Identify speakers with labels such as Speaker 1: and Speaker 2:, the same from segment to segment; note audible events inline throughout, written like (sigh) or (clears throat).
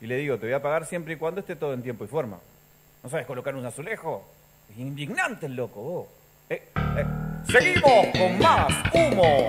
Speaker 1: y le digo, te voy a pagar siempre y cuando esté todo en tiempo y forma. ¿No sabes colocar un azulejo? Es indignante el loco, vos. Eh, eh. Seguimos con más humo.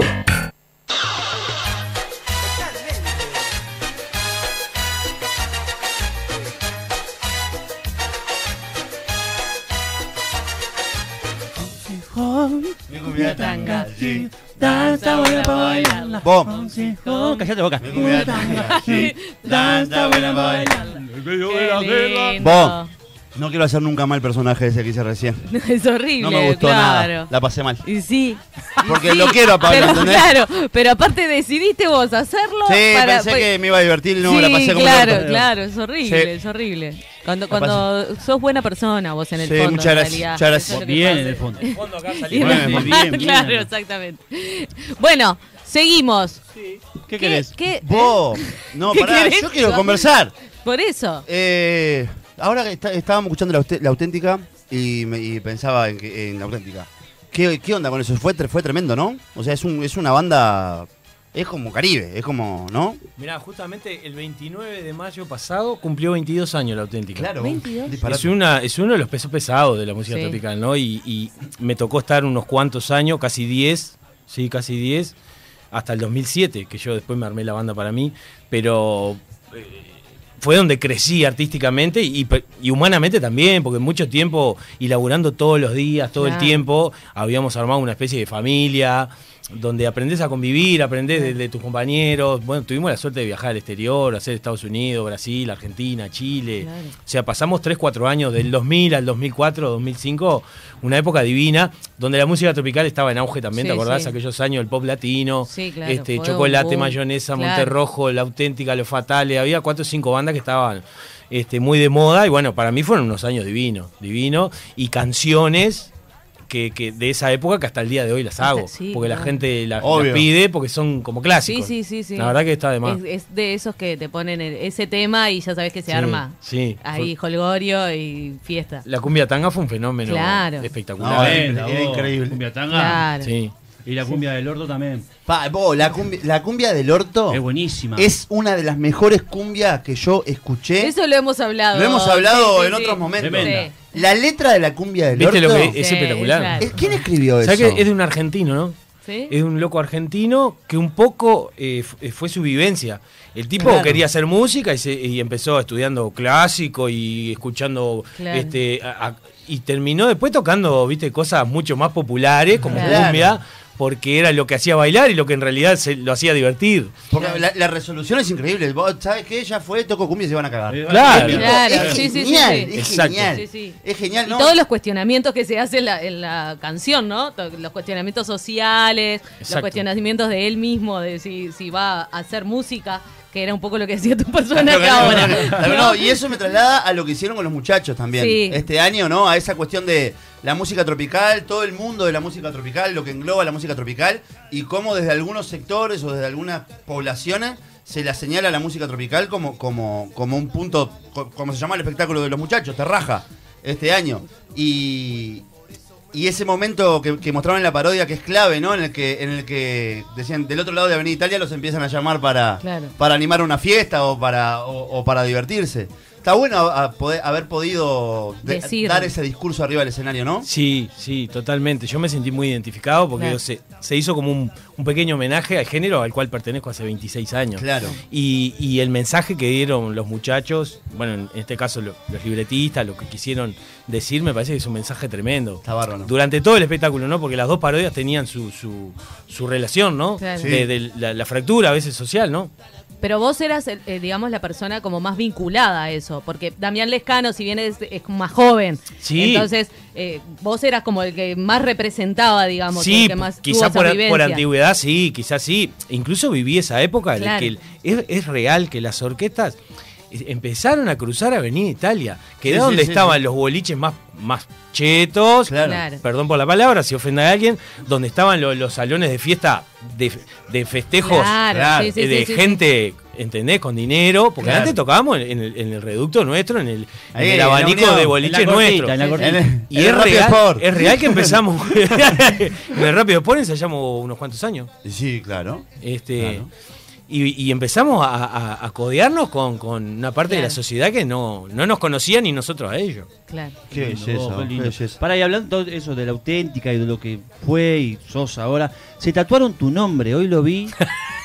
Speaker 2: cumbia tanga, sí. Danza, buena para bailarla.
Speaker 3: Vos.
Speaker 2: Consejo.
Speaker 4: Callate Oh, boca.
Speaker 2: Mi cumbia tanga, sí. Danza, buena para bailarla.
Speaker 5: Qué lindo.
Speaker 3: Vos. No quiero hacer nunca mal el personaje ese que hice recién.
Speaker 5: No, es horrible,
Speaker 3: No me gustó
Speaker 5: claro.
Speaker 3: nada. La pasé mal.
Speaker 5: Y sí. y
Speaker 3: Porque
Speaker 5: sí,
Speaker 3: lo quiero a Pablo,
Speaker 5: pero,
Speaker 3: ¿entendés?
Speaker 5: Claro, pero aparte decidiste vos hacerlo.
Speaker 3: Sí,
Speaker 5: para-
Speaker 3: pensé
Speaker 5: pa-
Speaker 3: que me iba a divertir y no la
Speaker 5: Sí,
Speaker 3: pasé como el
Speaker 5: claro,
Speaker 3: orto.
Speaker 5: claro, es horrible,
Speaker 3: Sí.
Speaker 5: es horrible. Cuando,
Speaker 3: La pasé.
Speaker 5: cuando sos buena persona vos en el
Speaker 3: Sí,
Speaker 5: fondo,
Speaker 3: muchas
Speaker 5: en
Speaker 3: gracias,
Speaker 5: realidad.
Speaker 3: muchas gracias.
Speaker 5: Eso es lo que
Speaker 4: Bien
Speaker 5: pasa.
Speaker 4: en el fondo.
Speaker 1: Cuando acá
Speaker 5: Y en
Speaker 1: salimos.
Speaker 3: Bueno,
Speaker 5: el- (laughs)
Speaker 4: bien, bien,
Speaker 5: claro,
Speaker 4: bien.
Speaker 5: exactamente. Bueno, seguimos.
Speaker 4: ¿Qué querés?
Speaker 5: ¿Qué? (laughs)
Speaker 3: Vos. No,
Speaker 5: ¿Qué
Speaker 3: pará,
Speaker 5: querés?
Speaker 3: yo quiero conversar.
Speaker 5: Por eso.
Speaker 3: Eh, ahora que está- estábamos escuchando la, aute- la auténtica y, me- y pensaba en, que- en la auténtica. ¿Qué, qué onda con eso? Fue, tre- fue tremendo, ¿no? O sea, es, un, es una banda. Es como Caribe, es como. ¿No?
Speaker 6: Mirá, justamente el 29 de mayo pasado cumplió 22 años la auténtica.
Speaker 5: 22.
Speaker 6: Es, una, es uno de los pesos pesados de la música
Speaker 5: Sí.
Speaker 6: tropical, ¿no? Y, y me tocó estar unos cuantos años, casi 10, sí, casi 10, hasta el 2007, que yo después me armé la banda para mí, pero eh, fue donde crecí artísticamente y, pe- y humanamente también, porque mucho tiempo, y laburando todos los días, todo el
Speaker 5: Claro.
Speaker 6: tiempo, habíamos armado una especie de familia, donde aprendés a convivir, aprendés de, de tus compañeros. Bueno, tuvimos la suerte de viajar al exterior, hacer Estados Unidos, Brasil, Argentina, Chile.
Speaker 5: Claro.
Speaker 6: O sea, pasamos 3, 4 años, del 2000 al 2004, 2005, una época divina, donde la música tropical estaba en auge también, ¿te
Speaker 5: Sí,
Speaker 6: acordás?
Speaker 5: sí.
Speaker 6: Aquellos años, el pop latino,
Speaker 5: Sí, claro,
Speaker 6: este,
Speaker 5: fue
Speaker 6: chocolate,
Speaker 5: un boom.
Speaker 6: mayonesa,
Speaker 5: Claro.
Speaker 6: Monterrojo, la auténtica, los fatales, había cuatro o cinco bandas que estaban este, muy de moda y bueno, para mí fueron unos años divinos, divinos, y canciones... Que, que de esa época que hasta el día de hoy las
Speaker 5: Hasta-
Speaker 6: hago,
Speaker 5: sí,
Speaker 6: porque la
Speaker 5: claro.
Speaker 6: gente la- las
Speaker 3: Obvio.
Speaker 6: pide porque son como
Speaker 5: Sí,
Speaker 6: clásicos.
Speaker 5: sí, sí, sí.
Speaker 6: La verdad que está de más.
Speaker 5: Es, es de esos que te ponen el- ese tema y ya sabes que se
Speaker 6: Sí,
Speaker 5: arma.
Speaker 6: sí.
Speaker 5: Ahí, jolgorio y fiesta.
Speaker 6: La cumbia tanga fue un fenómeno
Speaker 5: Claro.
Speaker 6: espectacular.
Speaker 3: No, eh.
Speaker 4: Bien,
Speaker 3: era
Speaker 4: la voz.
Speaker 3: increíble.
Speaker 4: Cumbia tanga.
Speaker 3: Ah,
Speaker 5: Claro.
Speaker 6: Sí.
Speaker 4: Y la cumbia del orto también.
Speaker 3: Pa, vos, la, cumbia, la cumbia del orto
Speaker 4: Es buenísima.
Speaker 3: Oh. es una de las mejores cumbias que yo escuché.
Speaker 5: Eso lo hemos hablado.
Speaker 3: Lo hemos hablado
Speaker 5: Sí, sí,
Speaker 3: en
Speaker 5: sí.
Speaker 3: otros momentos.
Speaker 4: Tremenda.
Speaker 5: Sí.
Speaker 3: La letra de la cumbia del
Speaker 6: ¿Viste
Speaker 3: orto.
Speaker 6: lo que es
Speaker 5: Sí,
Speaker 6: espectacular?
Speaker 5: claro.
Speaker 3: Eh, ¿Quién escribió eso?
Speaker 6: ¿Sabes que es de un argentino, no?
Speaker 5: ¿Sí?
Speaker 6: Es de un loco argentino que un poco eh, f- eh, fue su vivencia. El tipo
Speaker 3: Claro.
Speaker 6: quería hacer música y, se- y empezó estudiando clásico y escuchando
Speaker 5: Claro.
Speaker 6: este a- a- y terminó después tocando, viste, cosas mucho más populares como
Speaker 3: Claro.
Speaker 6: cumbia, porque era lo que hacía bailar y lo que en realidad se lo hacía divertir.
Speaker 3: Porque la, la resolución es increíble. Vos, ¿Sabes qué? Ya fue, toco cumbia y se van a cagar.
Speaker 4: Eh,
Speaker 6: Claro.
Speaker 4: eh,
Speaker 5: Claro,
Speaker 3: es
Speaker 5: sí, sí, sí,
Speaker 3: genial,
Speaker 5: sí.
Speaker 3: es
Speaker 6: Exacto.
Speaker 3: genial.
Speaker 5: Sí, sí.
Speaker 3: Es genial,
Speaker 5: Y
Speaker 3: ¿no?
Speaker 5: todos los cuestionamientos que se hacen en la, en la canción, ¿no? To- Los cuestionamientos sociales, los
Speaker 6: Exacto.
Speaker 5: cuestionamientos de él mismo, de si, si va a hacer música, que era un poco lo
Speaker 3: (laughs)
Speaker 5: que hacía tu (laughs)
Speaker 3: Pero
Speaker 5: personaje
Speaker 3: no,
Speaker 5: ahora.
Speaker 3: no, no, no, no, y eso me traslada a lo que hicieron con los muchachos también.
Speaker 5: Sí.
Speaker 3: Este año, ¿no? A esa cuestión de la música tropical, todo el mundo de la música tropical, lo que engloba la música tropical, y cómo desde algunos sectores o desde algunas poblaciones se la señala la música tropical como, como, como un punto, co- como se llama el espectáculo de los muchachos, Terraja, este año. Y, y ese momento que, que mostraron en la parodia que es clave, ¿no? En el que, en el que decían del otro lado de Avenida Italia los empiezan a llamar para,
Speaker 5: Claro.
Speaker 3: para animar una fiesta o para, o, o para divertirse. Está bueno a- a poder- haber podido de-
Speaker 5: Decir.
Speaker 3: dar ese discurso arriba del escenario, ¿no?
Speaker 6: Sí, sí, totalmente. Yo me sentí muy identificado porque
Speaker 5: Claro.
Speaker 6: se, se hizo como un, un pequeño homenaje al género al cual pertenezco hace 26 años.
Speaker 3: Claro.
Speaker 6: Y, y el mensaje que dieron los muchachos, bueno, en este caso lo- los libretistas, lo que quisieron decir, me parece que es un mensaje tremendo.
Speaker 3: Está bárbaro.
Speaker 6: Durante todo el espectáculo, ¿no? Porque las dos parodias tenían su, su, su relación, ¿no?
Speaker 5: Claro.
Speaker 3: Sí.
Speaker 6: De, de la, la fractura a veces social, ¿no?
Speaker 5: Pero vos eras, el- eh, digamos, la persona como más vinculada a eso, porque Damián Lescano, si bien es, es más joven,
Speaker 6: Sí.
Speaker 5: entonces eh, vos eras como el que más representaba, digamos,
Speaker 6: Sí,
Speaker 5: el que más tuvo
Speaker 6: quizás
Speaker 5: esa
Speaker 6: por, por
Speaker 5: vivencia.
Speaker 6: antigüedad sí, quizás sí. Incluso viví esa época en la
Speaker 5: Claro.
Speaker 6: que el- es, es real que las orquestas eh, empezaron a cruzar Avenida Italia, que era
Speaker 3: Sí, sí,
Speaker 6: donde
Speaker 3: sí,
Speaker 6: estaban
Speaker 3: sí.
Speaker 6: los boliches más, más chetos,
Speaker 3: Claro.
Speaker 5: Claro.
Speaker 6: perdón por la palabra, si ofende a alguien, donde estaban lo- los salones de fiesta, de, de festejos
Speaker 5: Claro,
Speaker 6: claro,
Speaker 5: sí, sí,
Speaker 6: eh, de
Speaker 5: sí, sí,
Speaker 6: gente, ¿entendés? Con dinero, porque
Speaker 3: Claro.
Speaker 6: antes tocábamos en el, en el reducto nuestro, en el, en
Speaker 3: Ahí,
Speaker 6: el
Speaker 3: en la
Speaker 6: abanico
Speaker 3: Unión,
Speaker 6: de
Speaker 3: en la
Speaker 6: boliches
Speaker 4: en la
Speaker 6: nuestros.
Speaker 4: cortita, en la cortita.
Speaker 3: En el-
Speaker 6: Y
Speaker 3: en el
Speaker 6: es,
Speaker 3: Rápido
Speaker 6: real,
Speaker 3: Sport.
Speaker 6: es real
Speaker 3: (laughs)
Speaker 6: que empezamos en el Rápido Sport ensayamos unos cuantos años.
Speaker 3: Sí, claro.
Speaker 6: Este,
Speaker 3: Claro.
Speaker 6: Y, y empezamos a, a- a codearnos con, con una parte de la
Speaker 5: Claro.
Speaker 6: sociedad que no, no nos conocía ni nosotros a ellos.
Speaker 5: Claro.
Speaker 3: Qué
Speaker 4: lindo,
Speaker 3: belleza,
Speaker 4: vos,
Speaker 3: qué
Speaker 4: lindo.
Speaker 3: belleza.
Speaker 4: Pará, y hablando de eso, de la auténtica y de lo que fue y sos ahora, se tatuaron tu nombre, hoy lo vi,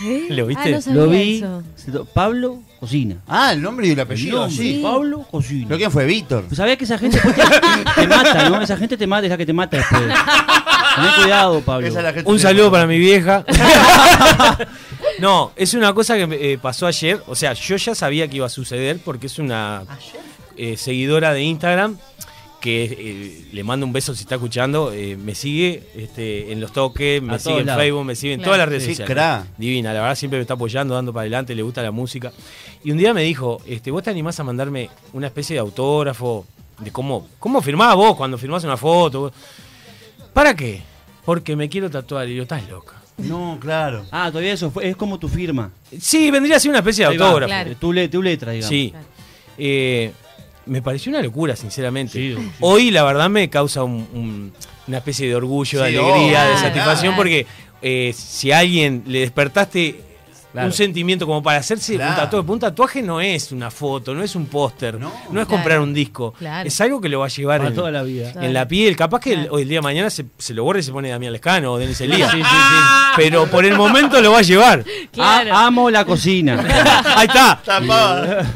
Speaker 5: ¿Eh?
Speaker 6: ¿Lo viste?
Speaker 5: Ah, no sabía
Speaker 4: lo vi,
Speaker 5: eso.
Speaker 4: se to- Pablo Cocina.
Speaker 3: Ah, el nombre y el
Speaker 4: El
Speaker 3: apellido,
Speaker 4: nombre,
Speaker 3: sí.
Speaker 4: Pablo Cocina.
Speaker 3: ¿Pero quién fue? Víctor.
Speaker 4: Pues sabés que esa gente después te, te mata, ¿no? Esa gente te mata, es la que te mata después. Tené cuidado, Pablo.
Speaker 3: Esa es la gente
Speaker 6: Un
Speaker 3: que- (laughs)
Speaker 6: saludo para mi vieja. (laughs) no, es una cosa que me, eh, pasó ayer. O sea, yo ya sabía que iba a suceder porque es una eh, seguidora de Instagram que eh, le mando un beso si está escuchando. eh, me sigue este, en los toques, me
Speaker 4: A
Speaker 6: sigue
Speaker 4: todos
Speaker 6: en
Speaker 4: lados.
Speaker 6: Facebook, me sigue en
Speaker 5: Claro.
Speaker 6: todas las redes
Speaker 3: Qué
Speaker 6: sociales.
Speaker 3: cra.
Speaker 6: Divina, la verdad siempre me está apoyando, dando para adelante, le gusta la música. Y un día me dijo, este, ¿vos te animás a mandarme una especie de autógrafo? De cómo, ¿Cómo firmás vos cuando firmás una foto? ¿Para qué? Porque me quiero tatuar. Y yo, estás loca.
Speaker 3: No, claro.
Speaker 4: Ah, todavía eso, fue- es como tu firma.
Speaker 6: Sí, vendría a ser una especie de
Speaker 4: Ahí va,
Speaker 6: autógrafo.
Speaker 5: Claro.
Speaker 4: eh, Tu, le- tu letra, digamos.
Speaker 6: Sí. Eh, me pareció una locura, sinceramente.
Speaker 4: Sí, sí.
Speaker 6: Hoy, la verdad, me causa un- un- una especie de orgullo, de
Speaker 3: Sí,
Speaker 6: alegría,
Speaker 5: obvio,
Speaker 6: de satisfacción,
Speaker 5: claro.
Speaker 6: porque eh, si a alguien le despertaste
Speaker 4: Claro.
Speaker 6: un sentimiento como para hacerse un
Speaker 3: Claro.
Speaker 6: tatuaje, un tatuaje no es una foto, no es un póster,
Speaker 3: No.
Speaker 6: no, es comprar
Speaker 5: Claro.
Speaker 6: un disco,
Speaker 5: Claro.
Speaker 6: es algo que lo va a llevar
Speaker 4: Para
Speaker 6: en,
Speaker 4: toda la vida.
Speaker 6: en la piel. Capaz que el-
Speaker 5: Claro.
Speaker 6: hoy el día de mañana se, se lo borra y se pone Damián Lescano
Speaker 4: (laughs)
Speaker 6: o Denis Elías,
Speaker 4: Sí, sí, sí.
Speaker 6: pero por el momento lo va
Speaker 5: (laughs)
Speaker 6: a llevar.
Speaker 5: Claro.
Speaker 4: Ah, amo la cocina.
Speaker 6: Ahí está.
Speaker 3: Tapada.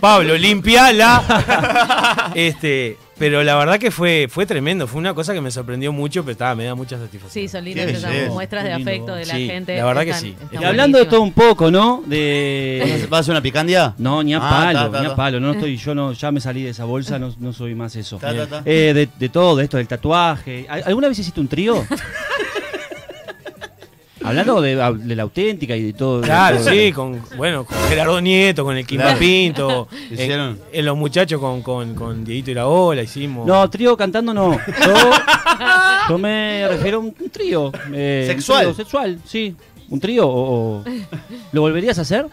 Speaker 6: Pablo, limpiala. este, pero la verdad que fue, fue tremendo, fue una cosa que me sorprendió mucho, pero estaba, me da mucha satisfacción.
Speaker 5: Sí, son lindas
Speaker 3: Qué
Speaker 5: esas
Speaker 3: belleza.
Speaker 5: muestras de
Speaker 4: Qué lindo.
Speaker 5: afecto de la
Speaker 6: Sí,
Speaker 5: gente.
Speaker 6: la verdad que
Speaker 5: Están-
Speaker 6: sí.
Speaker 5: están
Speaker 4: y hablando de
Speaker 5: buenísimas.
Speaker 4: todo un poco, ¿no? De...
Speaker 3: ¿Vas a hacer una picandia?
Speaker 4: No, ni a
Speaker 3: Ah,
Speaker 4: palo,
Speaker 3: ta, ta,
Speaker 4: ni a
Speaker 3: ta.
Speaker 4: palo.
Speaker 3: (laughs)
Speaker 4: No estoy, yo no, ya me salí de esa bolsa, no, no soy más eso.
Speaker 3: Ta, ta, ta.
Speaker 4: Eh, de, de todo, de esto, del tatuaje. ¿Al- ¿Alguna vez hiciste un
Speaker 3: (laughs)
Speaker 4: trío? Hablando de, de la auténtica y de todo. de
Speaker 6: Claro,
Speaker 4: todo. Eh,
Speaker 6: sí, con, bueno, con Gerardo Nieto, con el Quimba
Speaker 3: Claro.
Speaker 6: Pinto,
Speaker 3: Hicieron.
Speaker 6: en, en los muchachos con, con, con Dieguito y la Ola hicimos.
Speaker 4: No, trío cantando no.
Speaker 6: (laughs)
Speaker 4: Yo, yo me refiero a un un trío. eh, un
Speaker 3: Sexual.
Speaker 4: trío sexual, sí. ¿Un trío o, o- ¿Lo volverías a
Speaker 6: (laughs)
Speaker 4: hacer?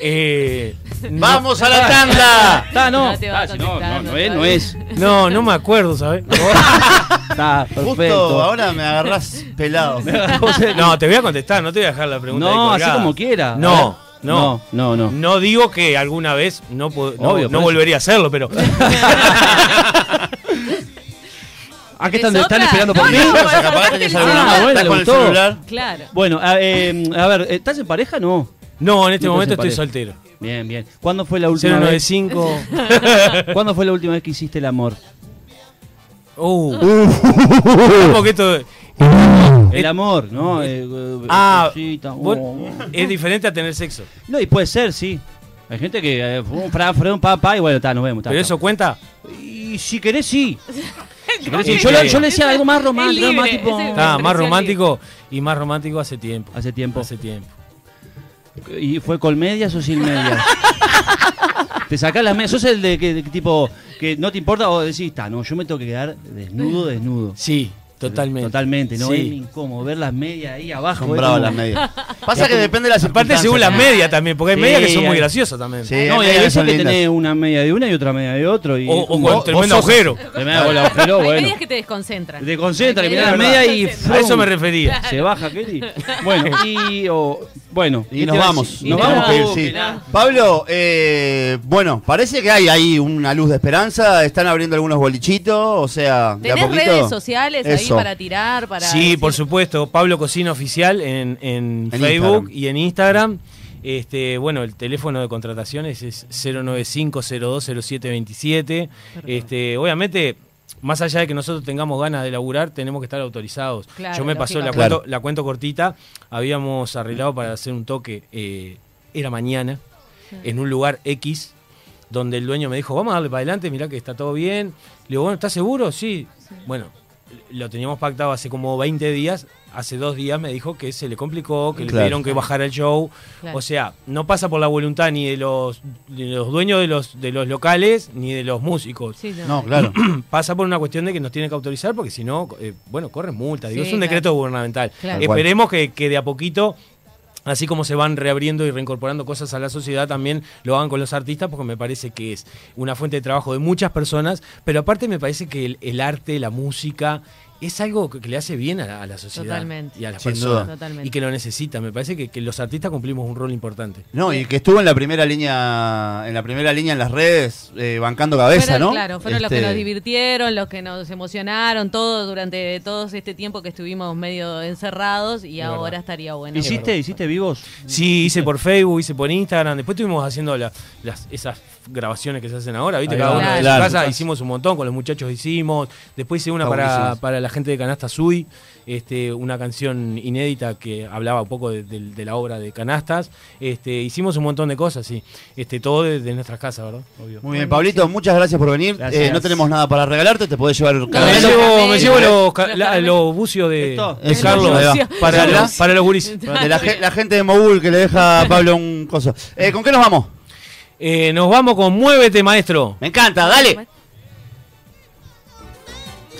Speaker 6: Eh, no-
Speaker 3: ¡Vamos a la tanda!
Speaker 6: Ah,
Speaker 4: Está, no.
Speaker 5: No te va a
Speaker 4: Ta, Ah, si no, no,
Speaker 5: contestar,
Speaker 4: no
Speaker 5: no
Speaker 4: es,
Speaker 5: te
Speaker 4: no
Speaker 5: va a-
Speaker 4: es.
Speaker 6: No, no me acuerdo, ¿sabes?
Speaker 4: (laughs) Está, perfecto.
Speaker 3: Justo ahora me agarrás
Speaker 4: (laughs)
Speaker 3: pelado.
Speaker 6: No, te voy a contestar, no te voy a dejar la pregunta. ahí
Speaker 4: No, así
Speaker 6: colgada.
Speaker 4: como quiera.
Speaker 6: No, no.
Speaker 4: No, no, no.
Speaker 6: (laughs) No digo que alguna vez no, po- no-
Speaker 4: Obvio,
Speaker 6: no
Speaker 4: por eso.
Speaker 6: volvería a
Speaker 4: (laughs)
Speaker 6: hacerlo, pero
Speaker 4: ¿A qué
Speaker 5: ¿Es
Speaker 4: están, están
Speaker 5: otra?
Speaker 4: esperando por
Speaker 5: No,
Speaker 4: mí?
Speaker 5: no.
Speaker 3: O sea, capaz que tenés
Speaker 5: Ah,
Speaker 3: alguna más.
Speaker 4: bueno,
Speaker 3: ¿Estás
Speaker 4: le
Speaker 3: con el
Speaker 4: gustó.
Speaker 3: celular?
Speaker 5: Claro.
Speaker 4: Bueno, a, eh, a ver, ¿estás en pareja? No.
Speaker 6: no, en este
Speaker 4: Nunca
Speaker 6: momento
Speaker 4: se
Speaker 6: estoy
Speaker 4: parece.
Speaker 6: soltero.
Speaker 4: Bien, bien. ¿Cuándo fue la última vez?
Speaker 6: 095.
Speaker 4: ¿Cuándo fue la última vez que hiciste el amor?
Speaker 6: Uh. Un poquito.
Speaker 4: El
Speaker 6: Eh,
Speaker 4: amor, ¿no? Eh, eh,
Speaker 6: Ah,
Speaker 4: cosita, oh.
Speaker 6: vos- es diferente a tener sexo.
Speaker 4: No, y puede ser, sí. Hay gente que eh, fue un fra, fra, un pa, pa, y bueno, está, nos vemos. ta,
Speaker 6: Pero
Speaker 4: ta.
Speaker 6: eso cuenta.
Speaker 4: Y si querés, sí. Si querés, sí.
Speaker 6: Sí,
Speaker 4: Yo, le-
Speaker 6: sí.
Speaker 4: yo le decía algo más
Speaker 5: Es
Speaker 4: romántico,
Speaker 5: libre,
Speaker 4: más tipo...
Speaker 5: es el-
Speaker 6: Está Ah, más
Speaker 5: expresión
Speaker 6: romántico y más romántico hace tiempo.
Speaker 4: Hace tiempo.
Speaker 6: Hace tiempo.
Speaker 4: ¿Y fue con medias o sin medias? Te sacás las medias. ¿Sos el de que de que tipo que no te importa o decís, está, no, yo me tengo que quedar desnudo, desnudo?
Speaker 6: Sí, totalmente.
Speaker 4: Totalmente, ¿no? Es
Speaker 6: Sí.
Speaker 4: incómodo ver las medias ahí abajo.
Speaker 3: Son
Speaker 4: es
Speaker 3: bravas
Speaker 4: como- (laughs)
Speaker 3: las medias. Pasa que depende de las
Speaker 6: Aparte, según las
Speaker 3: circunstancias.
Speaker 6: medias también, porque hay
Speaker 4: ah. Sí,
Speaker 6: medias que son
Speaker 4: hay-
Speaker 6: muy graciosas también.
Speaker 3: Sí.
Speaker 4: No, y
Speaker 3: Las
Speaker 4: hay
Speaker 3: medias
Speaker 4: veces
Speaker 3: son
Speaker 4: que
Speaker 3: lindas.
Speaker 4: tenés una media de una y otra media de otro. Y
Speaker 6: O, o
Speaker 4: Vos-
Speaker 6: con tremendo
Speaker 4: vos sos-
Speaker 6: agujero.
Speaker 4: Te me hago el
Speaker 6: (laughs)
Speaker 5: Hay
Speaker 4: agujero, bueno.
Speaker 5: medias que te desconcentran.
Speaker 4: Te concentra,
Speaker 5: Hay
Speaker 4: mirás las medias
Speaker 5: medias que
Speaker 4: y.
Speaker 5: te
Speaker 6: A eso me
Speaker 4: ¡frum!
Speaker 6: refería.
Speaker 4: Se baja, Kelly. Bueno, y. o- bueno,
Speaker 3: Y
Speaker 4: ¿qué
Speaker 3: nos
Speaker 4: te iba a
Speaker 3: vamos.
Speaker 4: decir?
Speaker 3: Nos
Speaker 5: Y
Speaker 3: vamos
Speaker 5: nada,
Speaker 3: a ir,
Speaker 4: Oh,
Speaker 3: sí.
Speaker 4: que nada.
Speaker 3: Pablo, eh, bueno, parece que hay ahí una luz de esperanza. Están abriendo algunos bolichitos, o sea, de a
Speaker 5: ¿Tenés
Speaker 3: poquito.
Speaker 5: redes sociales ahí
Speaker 3: Eso.
Speaker 5: para tirar? Para
Speaker 6: Sí,
Speaker 5: decir-
Speaker 6: por supuesto. Pablo Cocina Oficial en, en
Speaker 3: En
Speaker 6: Facebook
Speaker 3: Instagram.
Speaker 6: y en Instagram. Este, bueno, el teléfono de contrataciones es 095-020727. Este, obviamente, más allá de que nosotros tengamos ganas de laburar, tenemos que estar autorizados.
Speaker 5: Claro,
Speaker 6: Yo me pasó, la
Speaker 3: lógicamente.
Speaker 6: cuento, la cuento cortita, habíamos arreglado para hacer un toque, eh, era mañana, en un lugar X, donde el dueño me dijo, vamos a darle para adelante, mirá que está todo bien. Le digo, bueno, ¿estás seguro? Sí. Bueno, lo teníamos pactado hace como 20 días, hace dos días me dijo que se le complicó, que
Speaker 3: Claro.
Speaker 6: le pidieron que bajara el show.
Speaker 5: Claro.
Speaker 6: O sea, no pasa por la voluntad ni de los, de los dueños de los, de los locales ni de los músicos.
Speaker 5: Sí, no.
Speaker 3: No,
Speaker 5: (clears throat)
Speaker 3: claro.
Speaker 6: Pasa por una cuestión de que nos tienen que autorizar porque si no, eh, bueno, corren multas. Digo,
Speaker 5: Sí,
Speaker 6: es un
Speaker 5: claro.
Speaker 6: decreto gubernamental.
Speaker 5: Claro.
Speaker 3: Tal cual.
Speaker 6: Esperemos que, que de a poquito, así como se van reabriendo y reincorporando cosas a la sociedad, también lo hagan con los artistas porque me parece que es una fuente de trabajo de muchas personas, pero aparte me parece que el, el arte, la música... es algo que, que le hace bien a la, a la sociedad
Speaker 5: Totalmente.
Speaker 6: y a las
Speaker 3: Sin
Speaker 6: personas
Speaker 3: duda.
Speaker 5: Totalmente.
Speaker 6: y que lo necesita. Me parece que, que los artistas cumplimos un rol importante.
Speaker 3: No, y que estuvo en la primera línea, en la primera línea en las redes, eh, bancando cabeza,
Speaker 5: Fueron,
Speaker 3: ¿no?
Speaker 5: Claro, fueron los que
Speaker 3: Este,
Speaker 5: nos divirtieron, los que nos emocionaron, todo durante todo este tiempo que estuvimos medio encerrados y ahora
Speaker 6: verdad.
Speaker 5: estaría bueno. (laughs)
Speaker 4: ¿Hiciste, hiciste vivos?
Speaker 6: Sí, hice por Facebook, hice por Instagram. Después estuvimos haciendo la- las, esas grabaciones que se hacen ahora, ¿viste?
Speaker 4: Ahí
Speaker 6: Cada
Speaker 5: va.
Speaker 6: uno de
Speaker 3: Claro.
Speaker 6: su casa hicimos un montón, con los muchachos hicimos. Después hice una
Speaker 3: Está
Speaker 6: para,
Speaker 3: buenísimo.
Speaker 6: para la gente de Canasta Sui, este, una canción inédita que hablaba un poco de, de- de la obra de Canastas. Este, hicimos un montón de cosas, sí. Este, todo desde nuestras casas, ¿verdad? Obvio.
Speaker 3: Muy bien, Pablito, muchas gracias por venir.
Speaker 4: Gracias.
Speaker 3: Eh, no tenemos nada para regalarte, te podés llevar un
Speaker 6: me
Speaker 3: caramelo.
Speaker 6: llevo, me llevo los, ca-
Speaker 5: Los
Speaker 6: la-
Speaker 5: caramelos.
Speaker 6: los bucios de,
Speaker 4: Esto.
Speaker 6: de
Speaker 3: Eso,
Speaker 6: Carlos
Speaker 3: ahí va.
Speaker 6: para,
Speaker 3: Para
Speaker 6: los, para los guris.
Speaker 3: De la, ge- la gente de Mogul que le deja a Pablo un coso. Eh, ¿Con qué nos vamos?
Speaker 6: Eh, nos vamos con Muévete, maestro.
Speaker 3: Me encanta, dale.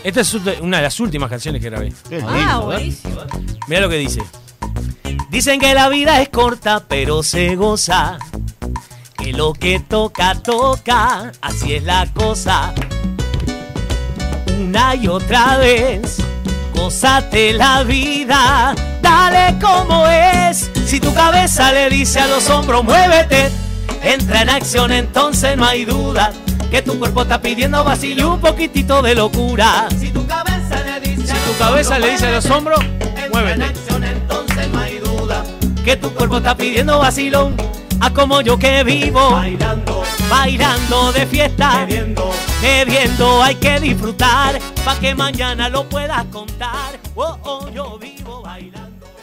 Speaker 6: Esta es una de las últimas canciones que grabé.
Speaker 5: Ah, buenísimo.
Speaker 6: Mira lo que dice. Dicen que la vida es corta, pero se goza. Que lo que toca, toca. Así es la cosa. Una y otra vez. Gózate la vida. Dale como es. Si tu cabeza le dice a los hombros, muévete. Entra en acción, entonces no hay duda. Que tu cuerpo está pidiendo vacío y un poquitito de locura.
Speaker 7: Si tu cabeza le dice
Speaker 6: Si tu cabeza le dice a los hombros, muévete.
Speaker 7: entonces no hay duda.
Speaker 6: Que tu cuerpo está pidiendo vacilón. A como yo que vivo,
Speaker 7: Bailando,
Speaker 6: bailando de fiesta,
Speaker 7: bebiendo.
Speaker 6: bebiendo hay que disfrutar. Pa' que mañana lo puedas contar. Oh, oh, yo vivo bailando.